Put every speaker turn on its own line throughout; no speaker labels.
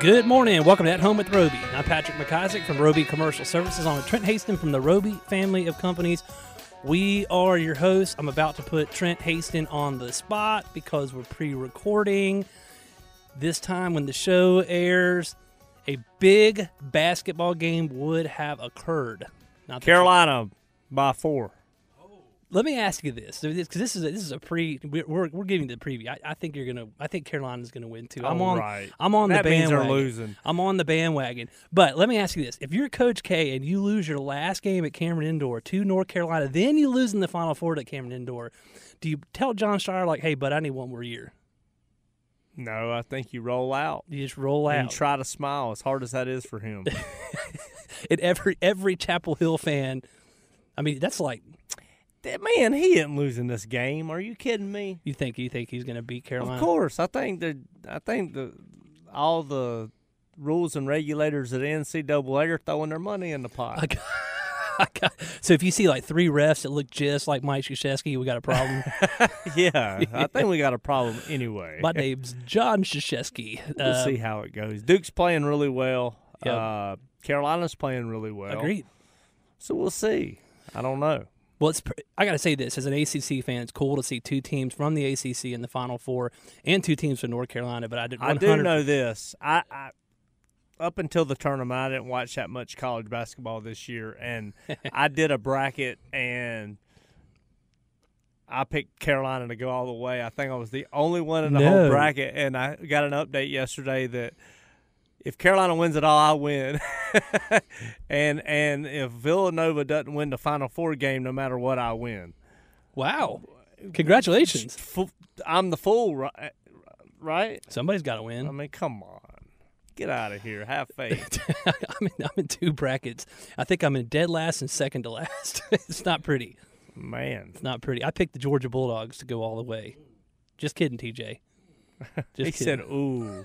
Good morning and welcome to At Home with Roby. I'm Patrick McIsaac from Roby Commercial Services. I'm with Trent Haston from the Roby family of companies. We are your hosts. I'm about to put Trent Haston on the spot because we're pre recording. This time, when the show airs, a big basketball game would have occurred. Not that-
Carolina by four.
Oh. Let me ask you this, because this is a, this is a pre. We're, we're, we're giving the preview. I, I think you're gonna. I think Carolina's gonna win too. I'm on.
Alright.
I'm on
That
the
means they're
bandwagon.
losing.
I'm on the bandwagon. But let me ask you this: If you're Coach K and you lose your last game at Cameron Indoor to North Carolina, then you lose in the Final Four at Cameron Indoor, do you tell John Shire like, "Hey, bud, I need one more year"?
No, I think you roll out.
You just roll
And
out.
you try to smile, as hard as that is for him.
And every every Chapel Hill fan, I mean, that's like
That- Man, he isn't losing this game. Are you kidding me?
you think you think he's gonna beat Carolina.
Of course. I think that I think the all the rules and regulators at NCAA are throwing their money in the pot.
I got- I got- so if you see like three refs that look just like Mike Krzyzewski, we got a problem.
yeah, I think we got a problem anyway.
My name's John Krzyzewski.
we'll
Uh,
see how it goes. Duke's playing really well.
Yep.
Uh, Carolina's playing really well.
Agreed.
So we'll see. I don't know.
Well, it's pr- I gotta say this as an ACC fan, it's cool to see two teams from the ACC in the Final Four and two teams from North Carolina. But I did. 100-
I do know this. I, I up until the tournament, I didn't watch that much college basketball this year, and I did a bracket and. I picked Carolina to go all the way. I think I was the only one in the
No.
whole bracket, and I got an update yesterday that if Carolina wins it all, I win. and and if Villanova doesn't win the Final Four game, no matter what, I win.
Wow! Congratulations.
F- I'm the fool, right? Right?
Somebody's got to win.
I mean, come on. Get out of here. Have faith.
I'm in, I'm in two brackets. I think I'm in dead last and second to last. it's not pretty.
Man.
Not pretty. I picked the Georgia Bulldogs to go all the way. Just kidding, TJ.
He
Just
said, ooh.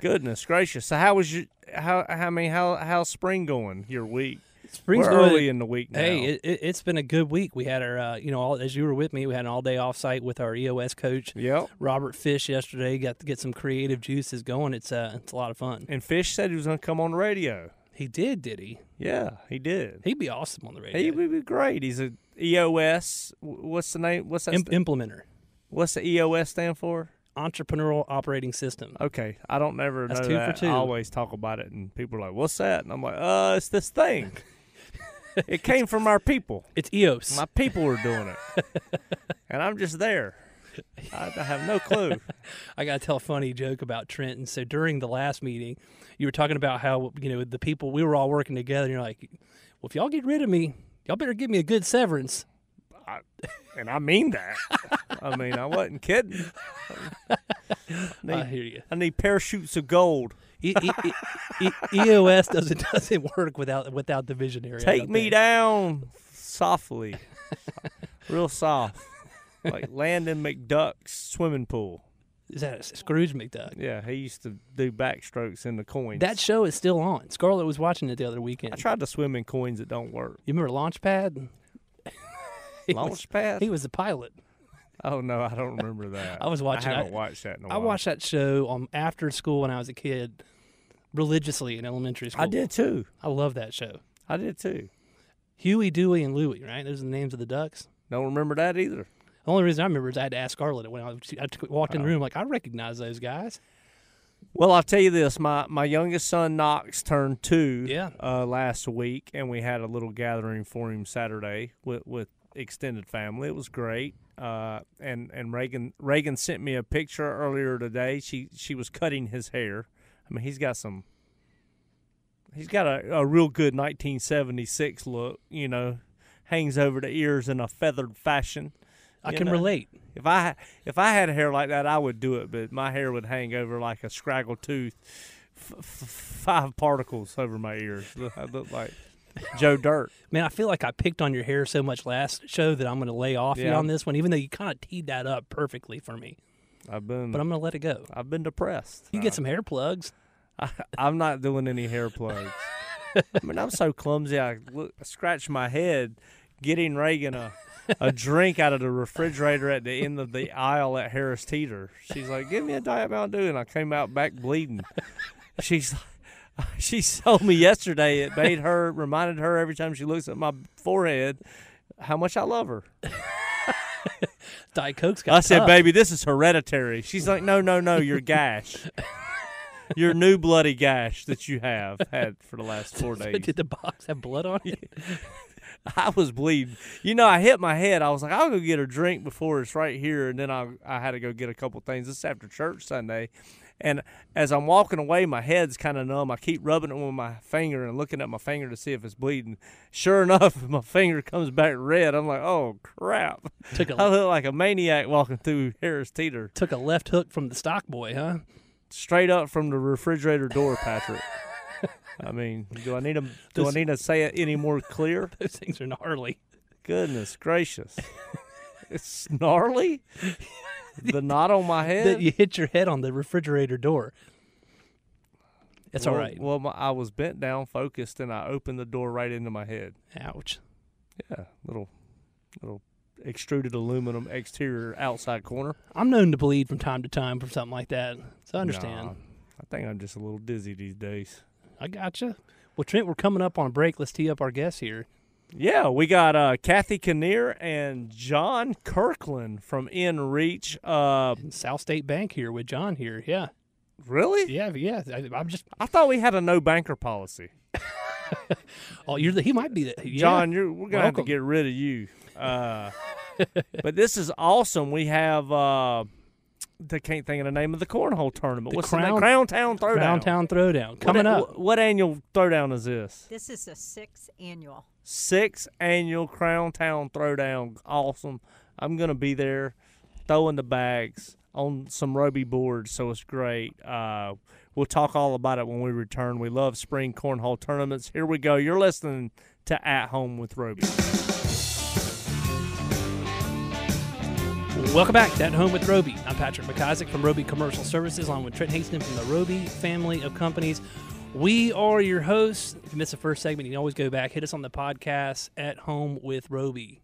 Goodness gracious. So how was your how I mean how how's spring going your week?
Spring's
We're
going-
early in the week now.
Hey, it, it, it's been a good week. We had our, uh, you know, all, as you were with me, we had an all day offsite with our EOS coach,
Yep.
Robert Fish, yesterday. Got to get some creative juices going. It's uh, it's a lot of fun.
And Fish said he was gonna come on the radio.
He did, did he?
Yeah, he did.
He'd be awesome on the radio.
He would be great. He's a E EOS. wh- What's the name? What's that?
Im-
sta-
implementer,
what's the EOS stand for?
entrepreneurial operating system.
Okay, I don't never
That's
know
two for
that.
two.
I always talk about it, and people are like, "What's that?" And I'm like, "Uh, it's this thing. it came from our people.
It's E EOS.
My people were doing it, and I'm just there. I, I have no clue.
I got to tell a funny joke about Trenton. So during the last meeting, you were talking about how, you know, the people, we were all working together. And you're like, well, if y'all get rid of me, y'all better give me a good severance.
And I mean that. I mean, I wasn't kidding. I
I
need,
hear you.
I need parachutes of gold.
E- E- E- E- EOS doesn't doesn't work without without the visionary. I
Take
don't
me
think.
down softly, real soft, like Landon McDuck's swimming pool.
Is that a Scrooge McDuck?
Yeah, he used to do backstrokes in the coins.
That show is still on. Scarlett was watching it the other weekend.
I tried to swim in coins that don't work.
You remember Launchpad? He was-
Launch pad?
He was the pilot.
Oh no, I don't remember that.
I was watching-
I
I-
haven't watched that in a
I
while.
watched that show um, after school when I was a kid, religiously in elementary school.
I did too.
I love that show.
I did too.
Huey, Dewey, and Louie. Right? Those are the names of the ducks.
Don't remember that either.
The only reason I remember is I had to ask Scarlett when I, was, I t- walked
Oh.
in the room like I recognize those guys.
Well, I'll tell you this: my my youngest son Knox turned two
Yeah.
uh, last week, and we had a little gathering for him Saturday with with extended family. It was great. Uh, and and Reagan Reagan sent me a picture earlier today. She she was cutting his hair. I mean, he's got some. He's got a, a real good 1976 look. You know, hangs over the ears in a feathered fashion.
I
You
can
know?
relate.
If I if I had hair like that, I would do it, but my hair would hang over like a scraggle tooth, f- f- five particles over my ears. I look like Joe Dirt.
Man, I feel like I picked on your hair so much last show that I'm going to lay off you
Yeah.
on this one, even though you kind of teed that up perfectly for me.
I've been
But I'm going to let it go.
I've been depressed.
You get some hair plugs.
I, I'm not doing any hair plugs. I mean, I'm so clumsy. I, look, I scratch my head getting Reagan a, a drink out of the refrigerator at the end of the aisle at Harris Teeter. She's like, "Give me a Diet Mountain Dew," and I came out back bleeding. She's like, she told me yesterday it made her reminded her every time she looks at my forehead how much I love her.
Diet Coke's got
I said,
tough.
"Baby, this is hereditary." She's like, "No, no, no, your gash." Your new bloody gash that you have had for the last four days.
Did the box have blood on it?
I was bleeding. You know, I hit my head. I was like, I'll go get a drink before it's right here, and then I I had to go get a couple things. This is after church Sunday, and as I'm walking away, my head's kind of numb. I keep rubbing it with my finger and looking at my finger to see if it's bleeding. Sure enough, my finger comes back red. I'm like, oh crap!
Took
I
a
look like a maniac walking through Harris Teeter,
took a left hook from the stock boy, huh?
straight up from the refrigerator door, Patrick. I mean, do I need to do I
This-
need to say it any more clear?
Those things are gnarly.
Goodness gracious. it's gnarly. The knot on my head.
That you hit your head on the refrigerator door. It's
well,
all right.
Well, my, I was bent down, focused, and I opened the door right into my head.
Ouch.
Yeah, little, little extruded aluminum exterior outside corner.
I'm known to bleed from time to time from something like that, so I understand.
Nah, I think I'm just a little dizzy these days.
I gotcha. Well, Trent, we're coming up on a break. Let's tee up our guests here.
Yeah, we got uh, Kathy Kinnear and John Kirkland from In Reach. Uh,
South State Bank here with John here. Yeah,
really?
yeah, yeah. I, I'm just.
I thought we had a no banker policy.
Oh, you're the. He might be the. yeah.
John, you're, we're gonna have to
Welcome.
get rid of you. Uh, but this is awesome. We have uh, I can't think of the name of the cornhole tournament.
The
What's the name?
Crown-
Crown Town Throwdown.
Crown Town Throwdown coming
what,
up.
What, annual throwdown is this?
This is a sixth annual.
Sixth annual Crown Town Throwdown. Awesome. I'm gonna be there, throwing the bags on some Roby boards, so it's great. Uh, we'll talk all about it when we return. We love spring cornhole tournaments. Here we go. You're listening to At Home with Roby.
Welcome back to At Home with Roby. I'm Patrick McIsaac from Roby Commercial Services, along with Trent Haston from the Roby family of companies. We are your hosts. If you missed the first segment, you can always go back. Hit us on the podcast at home with Roby.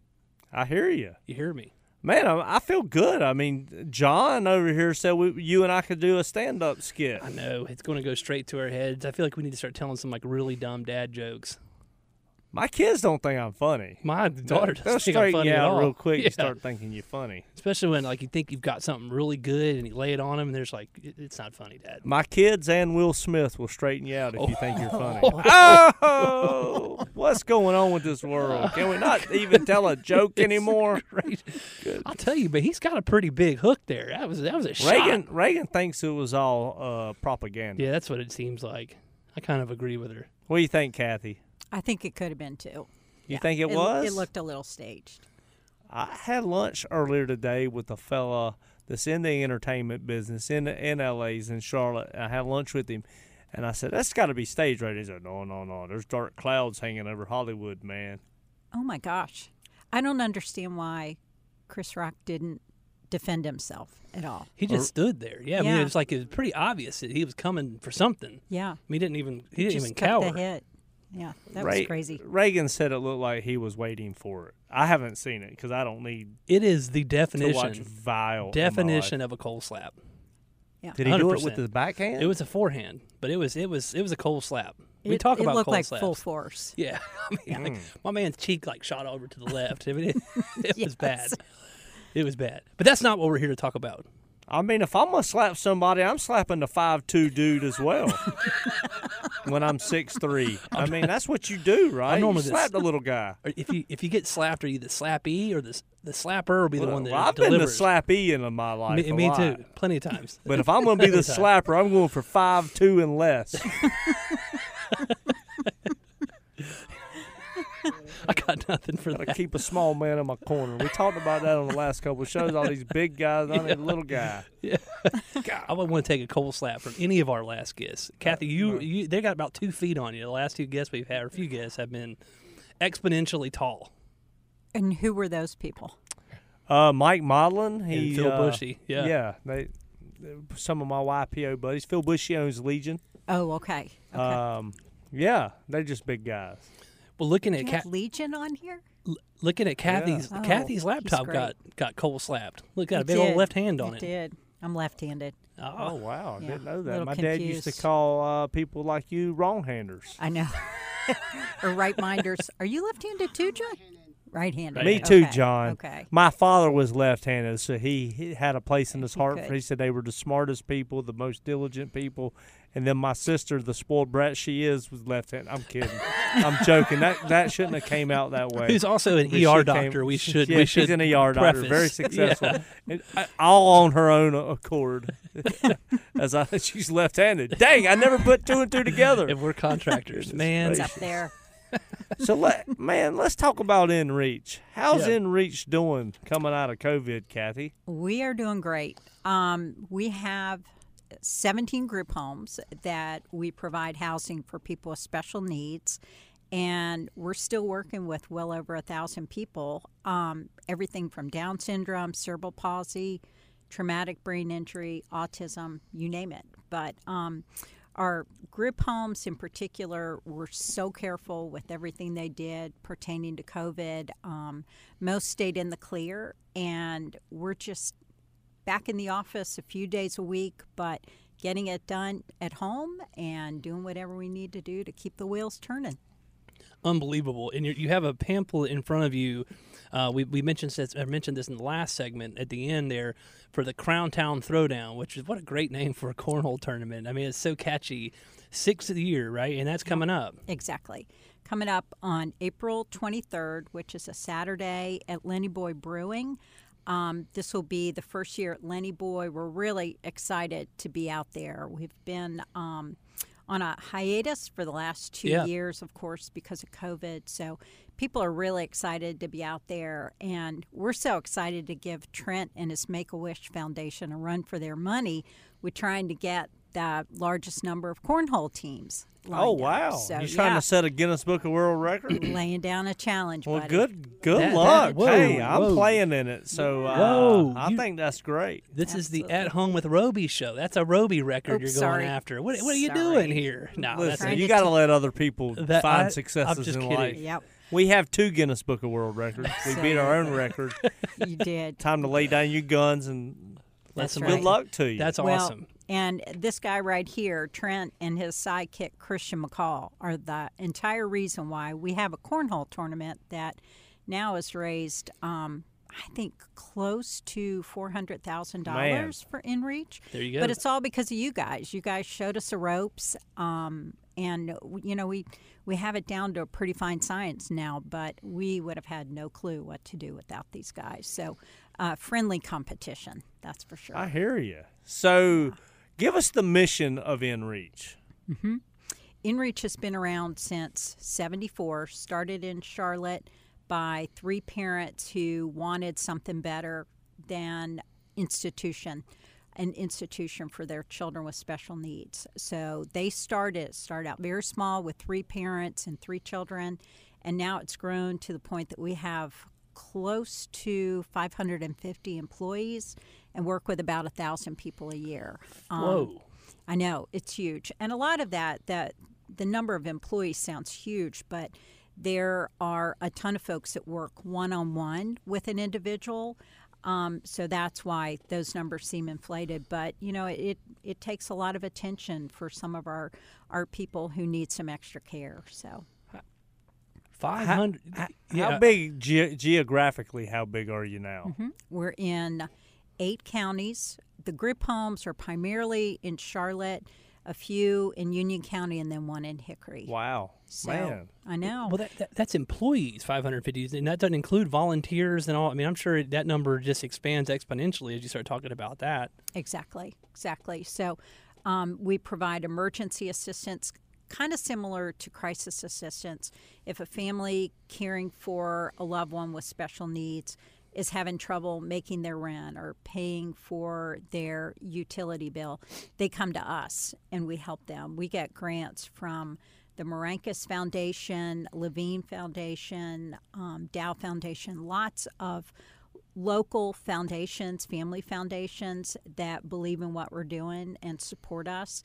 I hear you,
You hear me?
man. I, I feel good. I mean, John over here said we, you and I could do a stand-up skit.
I know it's going to go straight to our heads. I feel like we need to start telling some like really dumb dad jokes.
My kids don't think I'm funny.
My daughter
They'll-
doesn't
They'll
think
straighten
I'm funny
you
at
out
all.
real quick
Yeah.
and start thinking you're funny.
especially when like you think you've got something really good and you lay it on them and there's like "It- it's not funny, Dad.
My kids and Will Smith will straighten you out if you think you're funny. Oh, what's going on with this world? Can we not even tell a joke anymore?
Right? I'll tell you, but he's got a pretty big hook there. That was that was a
Reagan
shot.
Reagan thinks it was all uh, propaganda.
Yeah, that's what it seems like. I kind of agree with her.
What do you think, Kathy?
I think it could have been two.
You think it
it
was?
It looked a little staged.
I had lunch earlier today with a fella that's in the entertainment business in in LA's in Charlotte. I had lunch with him, and I said that's got to be stage right. He said, "No, no, no. There's dark clouds hanging over Hollywood, man."
Oh my gosh. I don't understand why Chris Rock didn't defend himself at all.
He just stood there. Yeah, I mean,
Yeah.
it was like it was pretty obvious that he was coming for something.
Yeah.
He didn't even he didn't
Just
even
cut
cower.
the hit. Yeah. That
Re-
was crazy.
Reagan said it looked like he was waiting for it. I haven't seen it because I don't need
It is the
to watch
definition
vile in my
definition
life.
of a cold slap.
Did he do it
100%.
with his backhand?
It was a forehand, but it was it was it was a cold slap. we
It-
talk
it
about
looked
cold
like
slaps.
full force.
Yeah, I mean, like,
Mm.
my man's cheek like shot over to the left. I mean, it, it was bad. It was bad. But that's not what we're here to talk about.
I mean, if I'm gonna slap somebody, I'm slapping the five two dude as well. when I'm six three, I mean that's what you do, right?
normally just-
you slap the little guy.
Or If you if you get slapped, are you the slappee or the s- the slapper will be the
Well,
one that
I've been the
delivers?
slappy in my life.
Me,
a
me
lot.
too, plenty of times.
But if I'm going to be the
Every time.
slapper, I'm going for five two and less.
I got nothing for
Gotta
that.
keep a small man in my corner. We talked about that on the last couple of shows. All these big guys, I need a little guy.
I wouldn't want to take a cold slap from any of our last guests. Kathy, you, you they got about two feet on you. The last two guests we've had, or a few guests, have been exponentially tall.
And who were those people?
Uh, Mike Modlin, he
Phil
uh,
Bushy, yeah.
yeah. They, some of my YPO buddies. Phil Bushy owns Legion.
Oh, okay. Okay.
Uh,
Um, yeah, they're just big guys.
Well, looking
Do
at
you
Ka-
have Legion on here?
l- looking at Kathy's
Oh,
Kathy's
he's
laptop
great.
got got cold slapped. Look, got a
It
big old
did.
left hand on it.
did. I'm left-handed.
Oh,
Oh wow, I
yeah,
didn't know
a
that.
little
My dad used to
confused.
call uh, people like you wrong-handers.
I know. or right-minders. Are you left-handed too, John? Right-handed.
Me too,
Okay,
John.
Okay.
My father was left-handed, so he, he had a place in his heart. For,
Good.
he said they were the smartest people, the most diligent people. And then my sister, the spoiled brat she is, was left-handed. I'm kidding. I'm joking. That that shouldn't have came out that way.
Who's also an
But she
ER
came-
doctor. we should
yeah,
we
she's
should
an ER doctor, very
preface.
successful,
Yeah.
And, uh, all on her own accord. As I, she's left-handed. Dang, I never put two and two together.
If we're contractors, man.
It's up there.
So let man, let's talk about InReach. How's
Yeah.
InReach doing coming out of COVID, Kathy?
We are doing great. Um, we have 17 group homes that we provide housing for people with special needs, and we're still working with well over a thousand people. Um, everything from Down syndrome, cerebral palsy, traumatic brain injury, autism, you name it. But um, our group homes in particular were so careful with everything they did pertaining to COVID. Um, most stayed in the clear, and we're just back in the office a few days a week, but getting it done at home and doing whatever we need to do to keep the wheels turning.
unbelievable. And you you have a pamphlet in front of you. Uh, we, we mentioned this, I mentioned this in the last segment at the end there for the Crown Town Throwdown, which is what a great name for a cornhole tournament. I mean, it's so catchy. Sixth of the year, right? And that's coming up.
Exactly. Coming up on April 23rd, which is a Saturday at Lenny Boy Brewing. Um, this will be the first year at Lenny Boy. We're really excited to be out there. We've been um, on a hiatus for the last two
Yeah.
years, of course, because of COVID. So people are really excited to be out there. And we're so excited to give Trent and his Make a Wish Foundation a run for their money with trying to get the largest number of cornhole teams.
oh
lined up.
wow,
uh, So,
you trying
yeah
to set a Guinness Book of World Record?
laying down a challenge.
well,
buddy.
good good
That- that-
luck.
whoa,
hey, I'm
whoa.
playing in it, so uh,
Whoa,
I
you-
think that's great.
This is the At Home with Roby show. That's a Roby record
Oops,
you're going
sorry.
after. What, what are you
Sorry.
doing here? No,
Listen,
Trying
you
to
got to
t-
let other people
That-
find
I-
successes
I'm just
in
kidding.
life.
Yep,
We have two Guinness Book of World Records. We beat our own record.
you did.
Time to lay down your guns and
that's, that's
That's
amazing.
good luck to you.
That's
Well, um,
awesome.
And this guy right here, Trent, and his sidekick Christian McCall are the entire reason why we have a cornhole tournament that now has raised, um, I think, close to four hundred thousand dollars for InReach.
There you go.
But it's all because of you guys. You guys showed us the ropes, um, and you know we we have it down to a pretty fine science now. But we would have had no clue what to do without these guys. So uh, friendly competition, that's for sure.
I hear you. So, give us the mission of InReach.
InReach has been around since 74, started in Charlotte by three parents who wanted something better than institution, an institution for their children with special needs. So they started, started out very small with three parents and three children, and now it's grown to the point that we have close to 550 employees and work with about a 1,000 people a year. Um,
Whoa.
I know it's huge, and a lot of that that the number of employees sounds huge, but there are a ton of folks that work one on one with an individual. Um, so that's why those numbers seem inflated, but you know it, it takes a lot of attention for some of our our people who need some extra care. So
500.
How big ge- geographically? How big are you now?
We're in eight counties. The group homes are primarily in Charlotte, a few in Union County, and then one in Hickory.
Wow,
So
man!
I know.
Well, that, that, that's employees, 550, and that doesn't include volunteers and all. I mean, I'm sure that number just expands exponentially as you start talking about that.
Exactly, exactly. So um, we provide emergency assistance kind of similar to crisis assistance. If a family caring for a loved one with special needs is having trouble making their rent or paying for their utility bill, they come to us and we help them. We get grants from the Marankas Foundation, Levine Foundation, um, Dow Foundation, lots of local foundations, family foundations that believe in what we're doing and support us.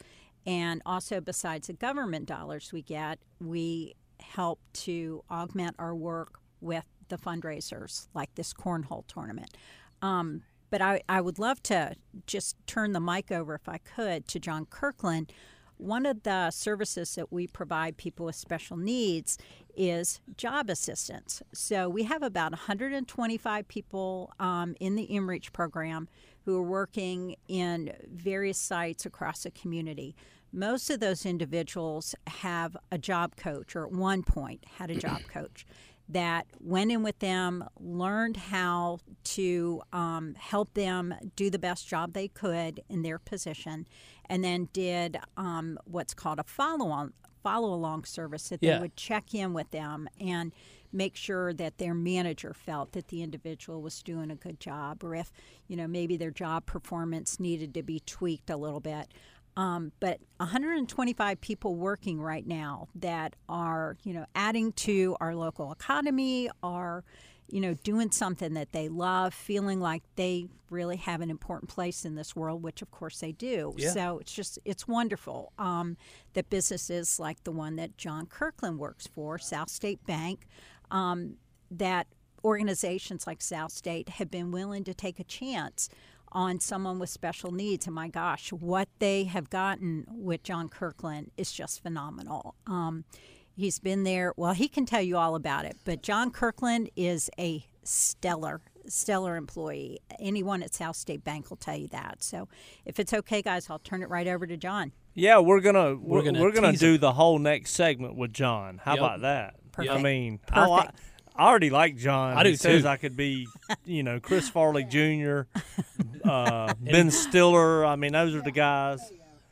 And also, besides the government dollars we get, we help to augment our work with the fundraisers, like this cornhole tournament. Um, but I, I would love to just turn the mic over, if I could, to John Kirkland. One of the services that we provide people with special needs is job assistance. So we have about 125 people um, in the IMREACH program who are working in various sites across the community. Most of those individuals have a job coach, or at one point had a job coach that went in with them, learned how to um, help them do the best job they could in their position, and then did um, what's called a follow on follow along service that
Yeah.
they would check in with them and make sure that their manager felt that the individual was doing a good job or if you know maybe their job performance needed to be tweaked a little bit um, but 125 people working right now that are you know adding to our local economy are you know doing something that they love feeling like they really have an important place in this world which of course they do
Yeah.
so it's just it's wonderful um, that businesses like the one that john kirkland works for south state bank um, that organizations like South State have been willing to take a chance on someone with special needs. And my gosh, what they have gotten with John Kirkland is just phenomenal. Um, he's been there, well, he can tell you all about it, but John Kirkland is a stellar. Stellar employee. Anyone at South State Bank will tell you that. So, if it's okay, guys, I'll turn it right over to John.
Yeah, we're gonna we're, we're
gonna
gonna,
tease
do
it.
the whole next segment with John. How
Yep.
about that? I
Perfect.
mean, I, li-
Perfect.
I already like John.
I do
he Says
too.
I could be, you know, Chris Farley Jr., uh, Ben Stiller. I mean, those are the guys.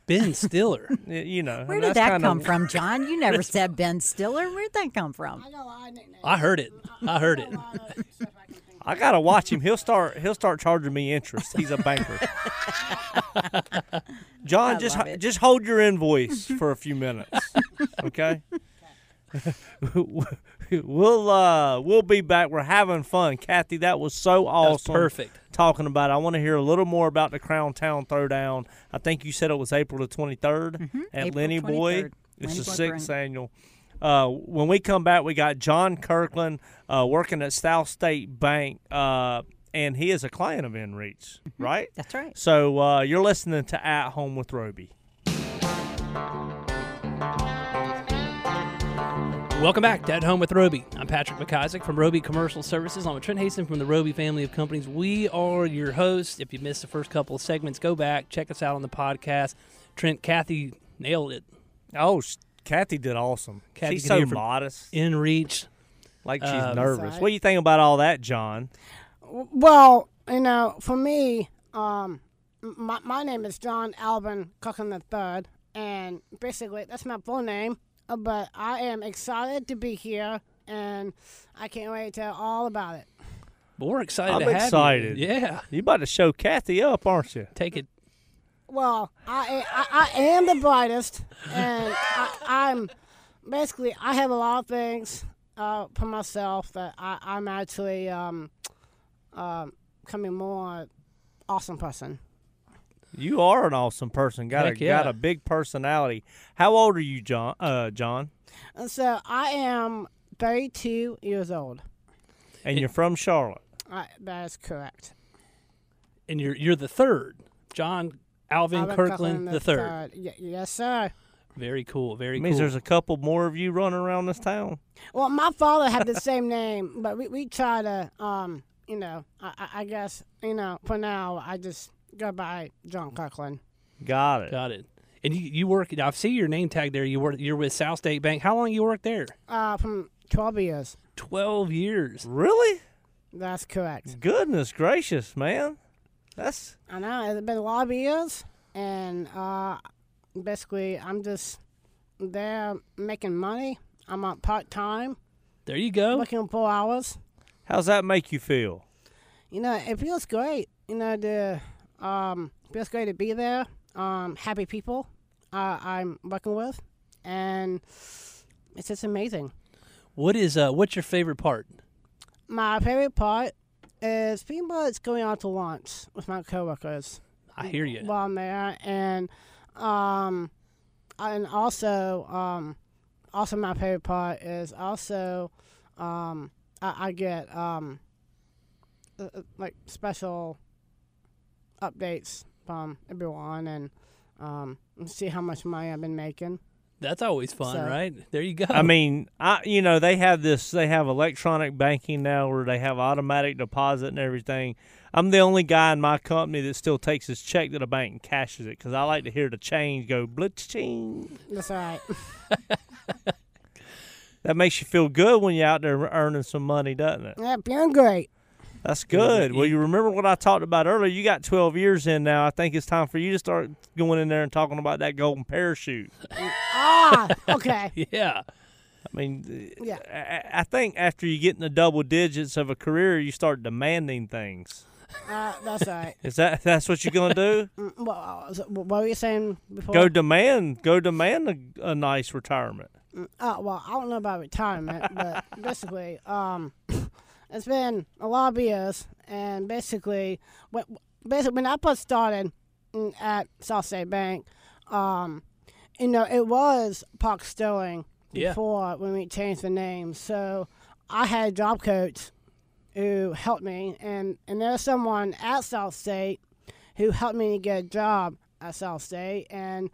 Ben Stiller.
y- You know,
Where
and
did
that's
that
kinda-
come from, John? You never said Ben Stiller. Where'd that come from?
I heard it. I heard it.
I gotta watch him. He'll start. He'll start charging me interest. He's a banker. John, just
love
ho-
it.
just hold your invoice for a few minutes, okay? we'll uh, we'll be back. We're having fun, Kathy. That was so awesome.
perfect.
Talking about. It. I want to hear a little more about the Crown Town Throwdown. I think you said it was April the twenty at
Mm-hmm. April
Lenny Boy.
23rd.
It's
Lenny
the
Boy
sixth
Brewing.
annual. Uh, when we come back, we got John Kirkland uh, working at South State Bank, uh, and he is a client of InReach,
Mm-hmm.
right?
That's right.
So uh, you're listening to At Home with Roby.
Welcome back to At Home with Roby. I'm Patrick McIsaac from Roby Commercial Services. I'm with Trent Haston from the Roby family of companies. We are your hosts. If you missed the first couple of segments, go back, check us out on the podcast. Trent, Kathy nailed it.
Oh, sh- Kathy did awesome.
Kathy
she's
can
so
hear from-
modest,
In reach.
like she's nervous. What do you think about all that, John?
Well, you know, for me, um, m- my, my name is John Alvin Cochran the Third, and basically that's my full name. uh, But I am excited to be here, and I can't wait to hear all about it.
But we're excited
I'm
to have you.
excited.
Yeah.
You about to show Kathy up, aren't you?
Take it.
Well, I I, I am the brightest, and I, I'm basically I have a lot of things uh, for myself that I, I'm actually um, um, becoming more awesome person.
You are an awesome person. Got
Heck
a
yeah.
got a big personality. How old are you, John? Uh, John,
And so I am 32 years old.
and you're from Charlotte.
I, that is correct.
And you're you're the third. John Alvin
Robert
Kirkland the third.
Y- yes, sir.
Very cool. Very
It means
cool.
there's a couple more of you running around this town.
Well, my father had the same name, but we, we try to, um, you know, I, I- I guess, you know, for now, I just go by John Kirkland.
Got it.
Got it. And you, you work. I see your name tag there. You work. You're with South State Bank. How long you worked there?
Uh, from 12 years.
Twelve years.
Really?
That's correct.
Goodness gracious, man. That's
I know it's been a lot of years, and uh, basically, I'm just They're making money. I'm on part time,
There you go.
working four hours.
How's that make you feel?
You know, it feels great. You know, the um, feels great to be there. Um, happy people uh, I'm working with, and it's just amazing.
What is uh? What's your favorite part?
My favorite part is pretty much going out to lunch with my coworkers
I hear you.
while I'm there, and um, and also um, also my favorite part is also um, I, I get um, uh, uh, like special updates from everyone and um, see how much money I've been making.
That's always fun,
So-
right? There you go.
I mean, I you know they have this. They have electronic banking now, where they have automatic deposit and everything. I'm the only guy in my company that still takes his check to the bank and cashes it because I like to hear the change go blitching.
That's all right.
That makes you feel good when you're out there earning some money, doesn't it?
yeah, being great.
That's good. Well, you remember what I talked about earlier. You got 12 years in now. I think it's time for you to start going in there and talking about that golden parachute.
Ah, okay.
yeah.
I mean, uh,
Yeah.
I- I, I think after you get in the double digits of a career, you start demanding things.
Uh, that's all right.
Is that that's what you're gonna do?
Mm, Well, uh, so what were you saying before?
go demand, go demand a, a nice retirement.
Uh, well, I don't know about retirement, but basically, um, it's been a lot of years, and basically, when, basically when I first started mm, at South State Bank, um, you know, it was Park Sterling
Yeah.
before when we changed the name. So I had a job coach who helped me, and and there was someone at South State who helped me to get a job at South State, and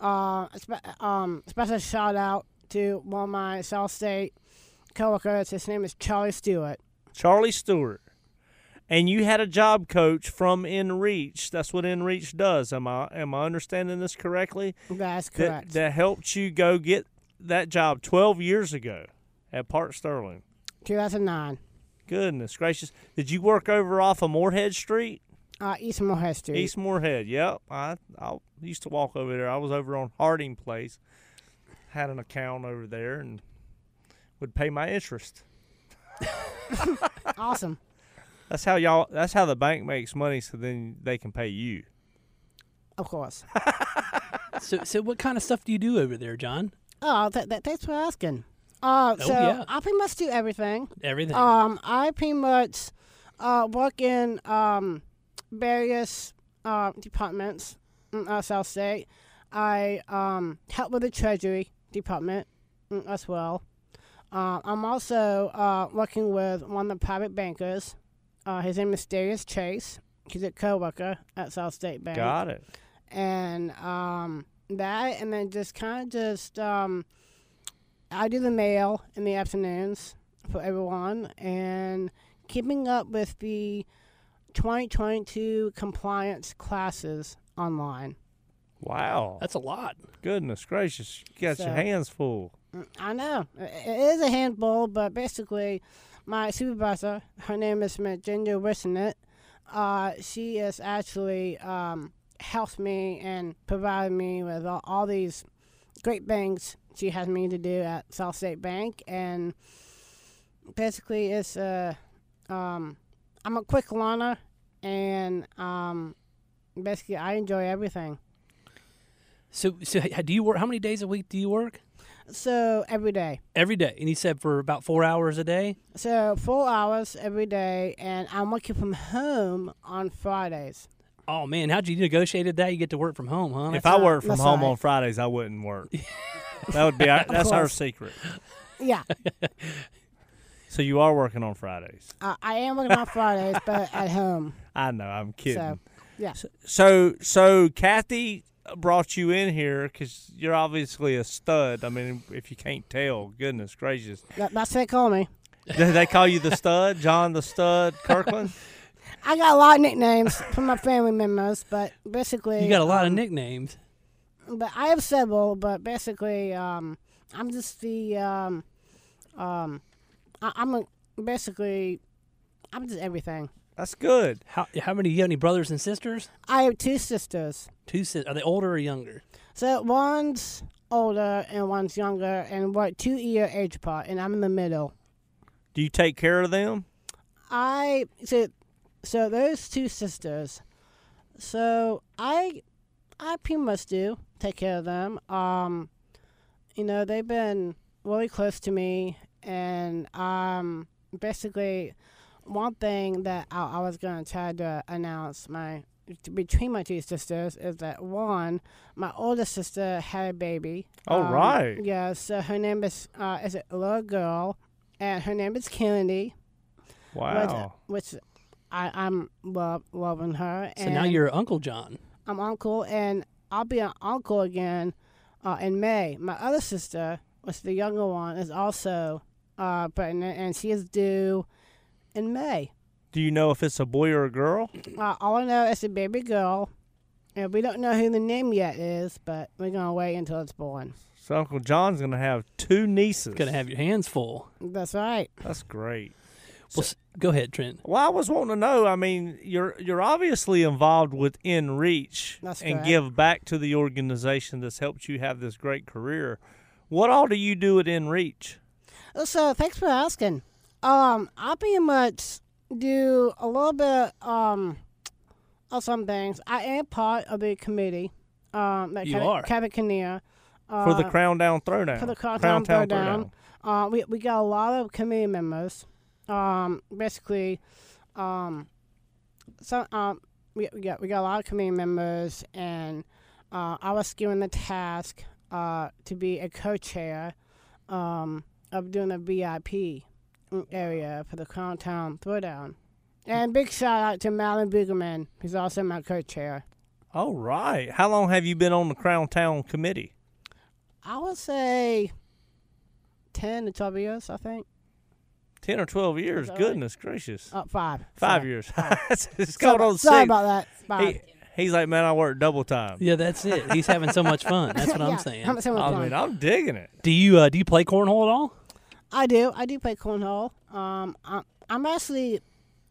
uh, spe- um, special shout out to one of my South State coworkers. His name is Charlie Stewart.
Charlie Stewart, and you had a job coach from InReach. That's what InReach does. Am I am I understanding this correctly?
That's
That
correct.
that helped you go get that job 12 years ago at Park Sterling.
2009,
Goodness gracious! Did you work over off of Moorhead Street?
uh, East Moorhead Street.
East Moorhead. Yep, I I used to walk over there. I was over on Harding Place, had an account over there, and would pay my interest.
Awesome.
That's how y'all. That's how the bank makes money, so then they can pay you.
Of course.
So, so what kind of stuff do you do over there, John?
Oh, th- th- thanks for asking. Uh,
Oh,
so
yeah.
I pretty much do everything.
Everything.
Um, I pretty much uh, work in um, various uh, departments in uh, South State. I um, help with the Treasury Department mm, as well. Uh, I'm also uh, working with one of the private bankers. Uh, his name is Darius Chase. He's a coworker at South State Bank
Got it.
and um, that, and then just kind of just um, I do the mail in the afternoons for everyone, and keeping up with the 2022 compliance classes online.
Wow.
That's a lot.
Goodness gracious! You got
So-
your hands full.
I know it it is a handful, but basically, my supervisor, her name is Miss Ginger Wisnett. Uh, she has actually um, helped me and provided me with all, all these great things she has me to do at South State Bank, and basically, it's a um, I'm a quick learner, and um, basically, I enjoy everything.
So, so h- do you work? How many days a week do you work?
So every day.
Every day, and he said for about four hours a day.
So four hours every day, and I'm working from home on Fridays.
Oh man, how'd you negotiated that? You get to work from home, huh?
if I worked from
that's
home
all right.
on Fridays, I wouldn't work. that would be our, that's our
course.
secret.
Yeah,
So you are working on Fridays.
uh, I am working on Fridays, but at home.
I know. I'm kidding.
So yeah,
So, so Kathy brought you in here because you're obviously a stud. I mean, if you can't tell, goodness gracious,
that, that's what they call me.
Did they call you the stud, John the Stud Kirkland.
I got a lot of nicknames from my family members, but basically,
you got a lot of nicknames.
but I have several. But basically, um, I'm just the um, um, I, I'm a, basically, I'm just everything.
That's good.
How how many? You have any brothers and sisters?
I have two sisters.
Two sisters. Are they older or younger?
So one's older and one's younger, and we're two year age apart, and I'm in the middle.
Do you take care of them?
I so so those two sisters. So I I pretty much do take care of them. Um, you know they've been really close to me, and um, basically one thing that I, I was gonna try to announce my between my two sisters is that one, my older sister had a baby. Um,
Oh, right.
Yeah, so her name is uh, is a little girl, and her name is Kennedy which-
Wow.
Which, I, I'm love, loving her.
So
and
now you're Uncle John.
I'm uncle, and I'll be an uncle again uh, in May. My other sister, which the younger one, is also uh, pregnant, and she is due in May.
Do you know if it's a boy or a girl?
Uh, all I know is a baby girl, and we don't know who the name yet is, but we're going to wait until it's born.
So Uncle John's gonna have two nieces.
Gonna have your hands full.
That's right.
That's great.
Well, s go ahead, Trent.
Well, I was wanting to know. I mean, you're you're obviously involved within Reach
That's
and
correct.
give back to the organization that's helped you have this great career. What all do you do at Reach?
So thanks for asking. Um, I pretty much do a little bit um of some things. I am part of the committee. Um, that
You
Kevin,
are.
Kevin Kinnear. Uh,
For the Crown Down Throwdown.
for the Crown Town
Town
Throwdown. Uh, we we got a lot of committee members. Um, basically, um, so um, we we got we got a lot of committee members, and uh, I was given the task uh to be a co-chair, um, of doing a VIP area for the Crown Town Throwdown. And big shout out to Malin Bugerman, who's also my co-chair.
All right. How long have you been on the Crown Town Committee?
I would say ten to twelve years, I think.
Ten or twelve years.
that right?
Goodness gracious.
Uh, five.
Five
Sorry.
years. it's
Sorry,
called on
sorry
six.
about that. Five.
He, he's like, man, I work double time.
Yeah, that's it. He's having so much fun. That's what
Yeah,
I'm saying.
I'm so much
I
fun.
mean, I'm digging it.
Do you uh, do you play cornhole at all?
I do. I do play cornhole. Um, I, I'm actually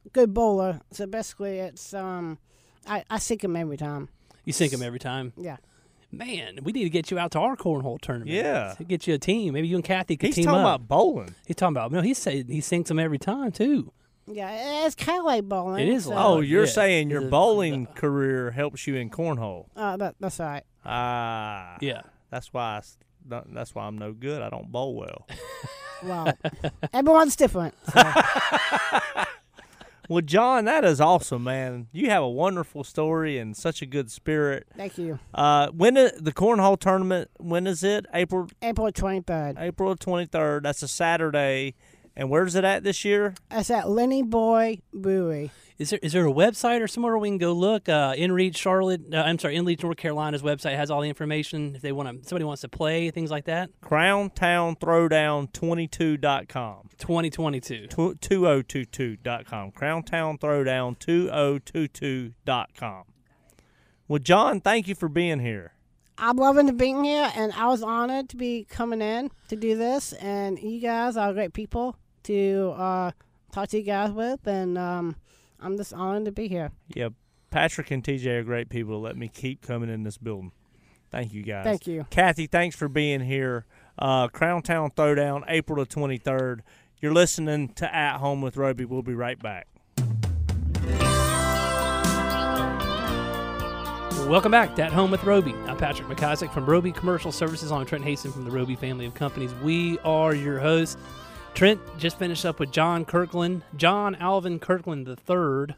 a good bowler. So basically, it's um, I I sink 'em every time.
You sink them every time.
Yeah.
Man, we need to get you out to our cornhole tournament.
Yeah.
Get you a team. Maybe you and Kathy could
He's
team
talking
up.
about bowling.
he's talking about. No, he said he sinks them every time too.
Yeah, it- it's kind of like bowling.
It is
So,
like-
Oh, you're
Uh, yeah.
saying your
The-
bowling
uh,
career helps you in cornhole?
uh, that, that's all right.
Ah,
Yeah.
That's why I, s- tha- that's why I'm no good. I don't bowl well.
Well, everyone's different. So,
well, John, that is awesome, man. You have a wonderful story and such a good spirit.
thank you.
Uh, when i- the cornhole tournament? When is it? April
April 23rd.
April 23rd. That's a Saturday. And where's it at this year?
That's at Lenny Boy Brewery.
Is there is there a website or somewhere we can go look? Uh, InReach Charlotte. Uh, I'm sorry, InReach North Carolina's website has all the information. If they want to, somebody wants to play things like that.
CrowntownThrowdown22.com.
2022.
Tw- 2022.com. CrowntownThrowdown2022.com. Well, John, thank you for being here.
I'm loving to being here, and I was honored to be coming in to do this. And you guys are great people to uh, talk to you guys with, and um, I'm just honored to be here.
Yeah, Patrick and TJ are great people to let me keep coming in this building. Thank you guys.
Thank you.
Kathy, thanks for being here. Uh, Crown Town Throwdown, April the 23rd. You're listening to At Home with Roby. We'll be right back.
Welcome back to At Home with Roby. I'm Patrick McIsaac from Roby Commercial Services. I'm Trent Haston from the Roby family of companies. We are your hosts. Trent just finished up with John Kirkland, John Alvin Kirkland III,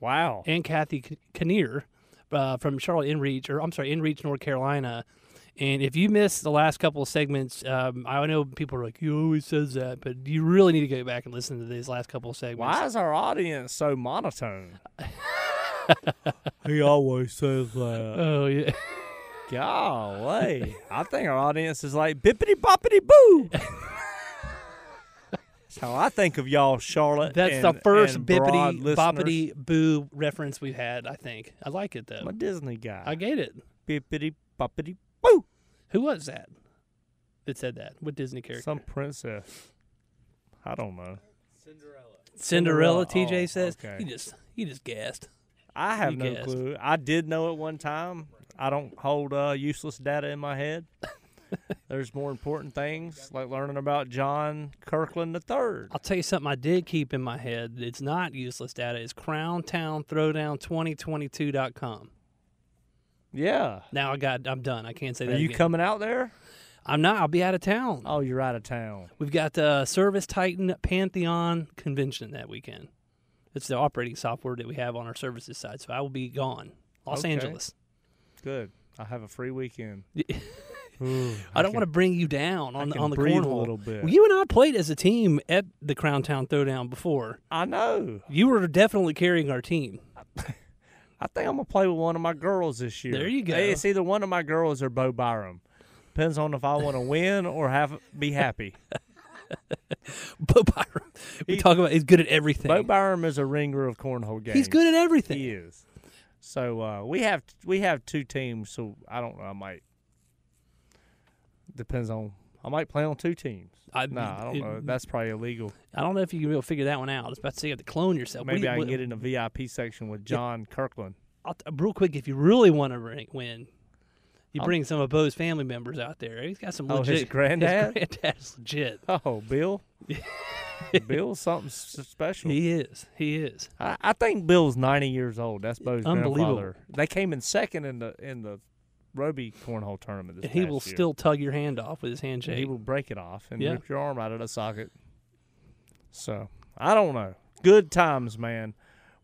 Wow.
and Kathy K- Kinnear uh, from Charlotte InReach, or I'm sorry, InReach, North Carolina. And if you missed the last couple of segments, um, I know people are like, "You always says that," but you really need to go back and listen to these last couple of segments.
Why is our audience so monotone? he always says that.
Oh yeah.
Golly. I think our audience is like bippity boppity boo. That's how I think of y'all, Charlotte.
That's the
and-
first
and broad
bippity
listeners.
boppity boo reference we've had. I think I like it though.
I'm a Disney guy.
I get it.
bippity boppity boo.
Who was that that said that? What Disney character?
Some princess. I don't know.
Cinderella.
Cinderella.
TJ
Oh,
says
okay.
you just you just guessed.
I have
You
no
guessed.
clue. I did know it one time. I don't hold uh, useless data in my head. There's more important things like learning about John Kirkland III.
I'll tell you something I did keep in my head. It's not useless data. It's crowntownthrowdown2022.com.
Yeah.
Now I got I'm done. I can't say
Are
that.
you
again.
coming out there?
I'm not. I'll be out of town.
Oh, you're out of town.
We've got the Service Titan Pantheon convention that weekend. It's the operating software that we have on our services side. So I will be gone. Los
Okay.
Angeles.
Good. I have a free weekend.
I don't want to bring you down on
I
the
can
on the
breathe a
cornhole.
little bit.
Well, you and I played as a team at the Crown Town Throwdown before.
I know.
You were definitely carrying our team.
I think I'm gonna play with one of my girls this year.
There you go.
It's either one of my girls or Bo Byram. Depends on if I want to win or have be happy.
Bo Byram. We talk about he's good at everything.
Bo Byram is a ringer of cornhole games.
he's good at everything.
He is. So uh, we have we have two teams. So I don't know. I might depends on. I might play on two teams.
I-
no, I don't
it-
know. That's probably illegal.
I don't know if you can be able to figure that one out. I was about to say you have to clone yourself. What do
Maybe
you-
I can
what-
get in a VIP section with John Kirkland.
I'll t- real quick, if you really want to bring, win, you bring some of Bo's family members out there. He's got some
Oh,
legit.
his granddad?
granddad's legit.
Oh, Bill. Bill's something s- special.
He is. He is.
I, I think Bill's ninety years old. That's Bo's
Unbelievable.
grandfather. They came in second in the in the Roby cornhole tournament. This
And he
past
will
year.
still tug your hand off with his handshake.
he will break it off and
Yeah.
rip your arm out of the socket. So I don't know. Good times, man.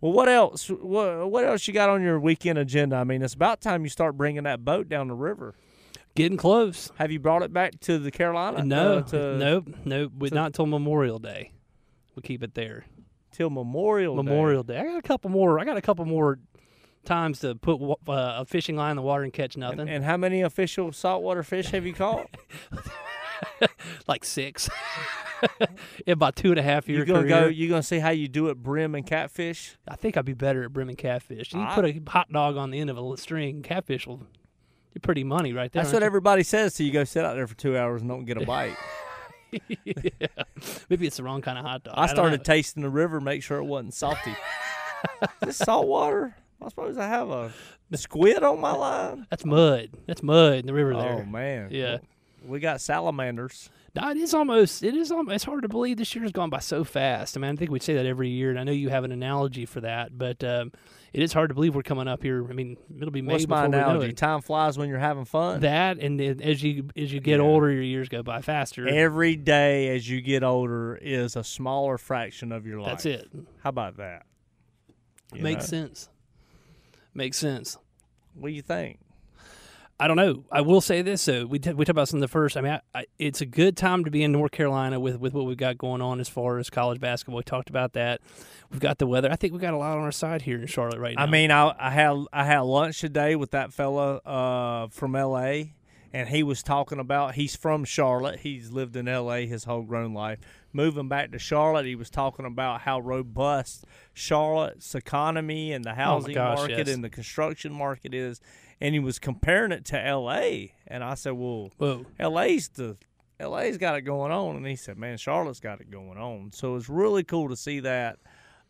Well, what else? What, what else you got on your weekend agenda? I mean, it's about time you start bringing that boat down the river.
Getting close.
Have you brought it back to the Carolina?
no,
uh, to,
nope, nope. We not till Memorial Day. We keep it there.
till Memorial. Day.
Memorial Day. I got a couple more. I got a couple more times to put wa- uh, a fishing line in the water and catch nothing.
And, and how many official saltwater fish have you caught?
like six. in about two and a half year
you gonna
career.
go? You gonna see how you do it, brim and catfish?
I think I'd be better at brim and catfish. You
I-
put a hot dog on the end of a l- string, catfish will. You're pretty money right there.
That's what
aren't
everybody says. So you go sit out there for two hours and don't get a bite.
you? yeah. Maybe it's the wrong kind of hot dog.
I
don't
started
know.
tasting the river, make sure it wasn't salty. Is this salt water? Am I supposed to have a squid on my line?
That's mud. That's mud in the river there.
Oh man,
Yeah.
we got salamanders.
No, it is almost. It is. al- It's hard to believe this year's gone by so fast. I mean, I think we say that every year, and I know you have an analogy for that, but um, it is hard to believe we're coming up here. I mean, it'll be May
What's
before
my
we know
analogy?
it.
Time flies when you're having fun.
That and then as you as you get older, your years go by faster.
Every day as you get older is a smaller fraction of your life.
That's it.
How about that? You
Makes
know?
sense. Makes sense.
What do you think?
I don't know. I will say this though. We t- we talked about some of the first. I mean, I, I, it's a good time to be in North Carolina with with what we've got going on as far as college basketball. We talked about that. We've got the weather. I think we've got a lot on our side here in Charlotte right now.
I mean, I, I had I had lunch today with that fella uh, from L.A. and he was talking about he's from Charlotte. He's lived in L.A. his whole grown life. Moving back to Charlotte, he was talking about how robust Charlotte's economy and the housing
Oh gosh,
market
yes.
and the construction market is, and he was comparing it to L.A. And I said, well,
whoa.
LA's the LA's got it going on, and he said, "Man, Charlotte's got it going on." So it's really cool to see that.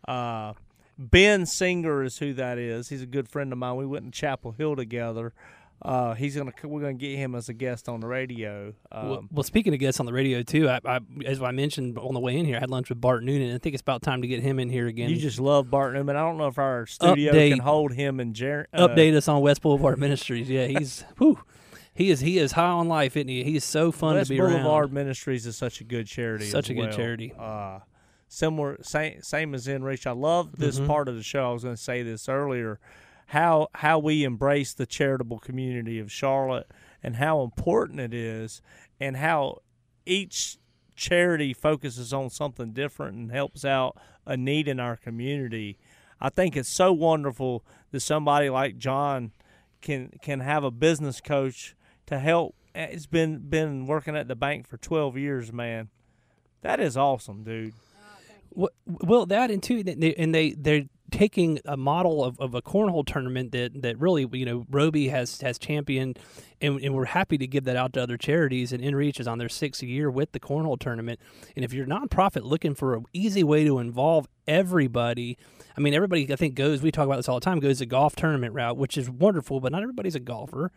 Uh, ben Singer is who that is. He's a good friend of mine. We went to Chapel Hill together. Uh, he's gonna we're gonna get him as a guest on the radio. Um,
well, well, speaking of guests on the radio too, I, I as I mentioned on the way in here, I had lunch with Bart Noonan. and I think it's about time to get him in here again.
you just love Bart Newman. I don't know if our studio
Update.
can hold him and Jer- uh,
update us on West Boulevard Ministries. Yeah, he's whew, he is he is high on life, isn't he? He is so fun
West
to be
Boulevard
around.
Ministries is such a good charity.
Such
as
a good
well.
charity.
Uh, similar, same, same as Enrich. I love this
Mm-hmm.
part of the show. I was going to say this earlier. How how we embrace the charitable community of Charlotte and how important it is, and how each charity focuses on something different and helps out a need in our community. I think it's so wonderful that somebody like John can can have a business coach to help. It's been been working at the bank for 12 years, man. That is awesome, dude.
Wh- Well, that and too, that they- and they they're taking a model of, of a cornhole tournament that that really you know Roby has has championed, and, and we're happy to give that out to other charities. And InReach is on their sixth year with the cornhole tournament. And if you're a nonprofit looking for an easy way to involve everybody, I mean everybody I think goes. We talk about this all the time. Goes the golf tournament route, which is wonderful, but not everybody's a golfer.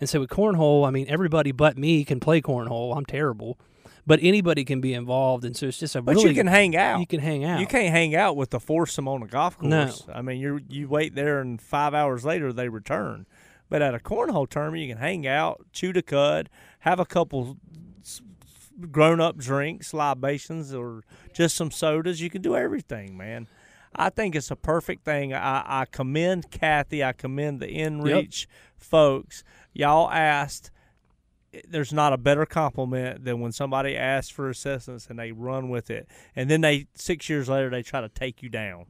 And so with cornhole, I mean, everybody but me can play cornhole. I'm terrible, but anybody can be involved, and so it's just a
But
really
you can hang out.
You can hang out.
You can't hang out with the foursome on a golf
No.
course. I mean, you you wait there, and five hours later they return. But at a cornhole tournament, you can hang out, chew the cud, have a couple grown up drinks, libations, or just some sodas. You can do everything, man. I think it's a perfect thing. I, I commend Kathy. I commend the InReach folks. Y'all asked. There's not a better compliment than when somebody asks for assistance and they run with it, and then they six years later they try to take you down.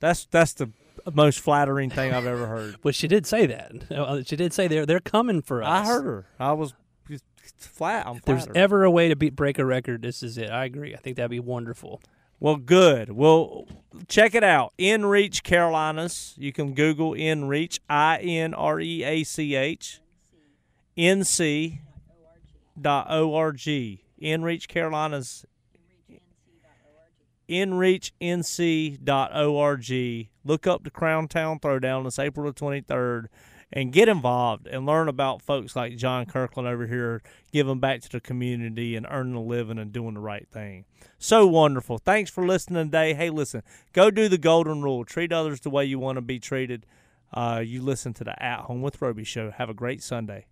That's that's the most flattering thing I've ever heard.
But she did say that. Uh, She did say they're they're coming for us.
I heard her. I was just flat. I'm
If there's
flattered.
ever a way to beat break a record, this is it. I agree. I think that'd be wonderful.
Well, good. Well, check it out. InReach Carolinas. You can Google InReach, I N R E A C H, N C dot O R G. InReach Carolinas. InReachNC.org. Look up the Crown Town Throwdown. It's April the 23rd. And get involved and learn about folks like John Kirkland over here giving back to the community and earning a living and doing the right thing. So wonderful. Thanks for listening today. Hey, listen, go do the golden rule. Treat others the way you want to be treated. Uh, you listen to the At Home with Roby show. Have a great Sunday.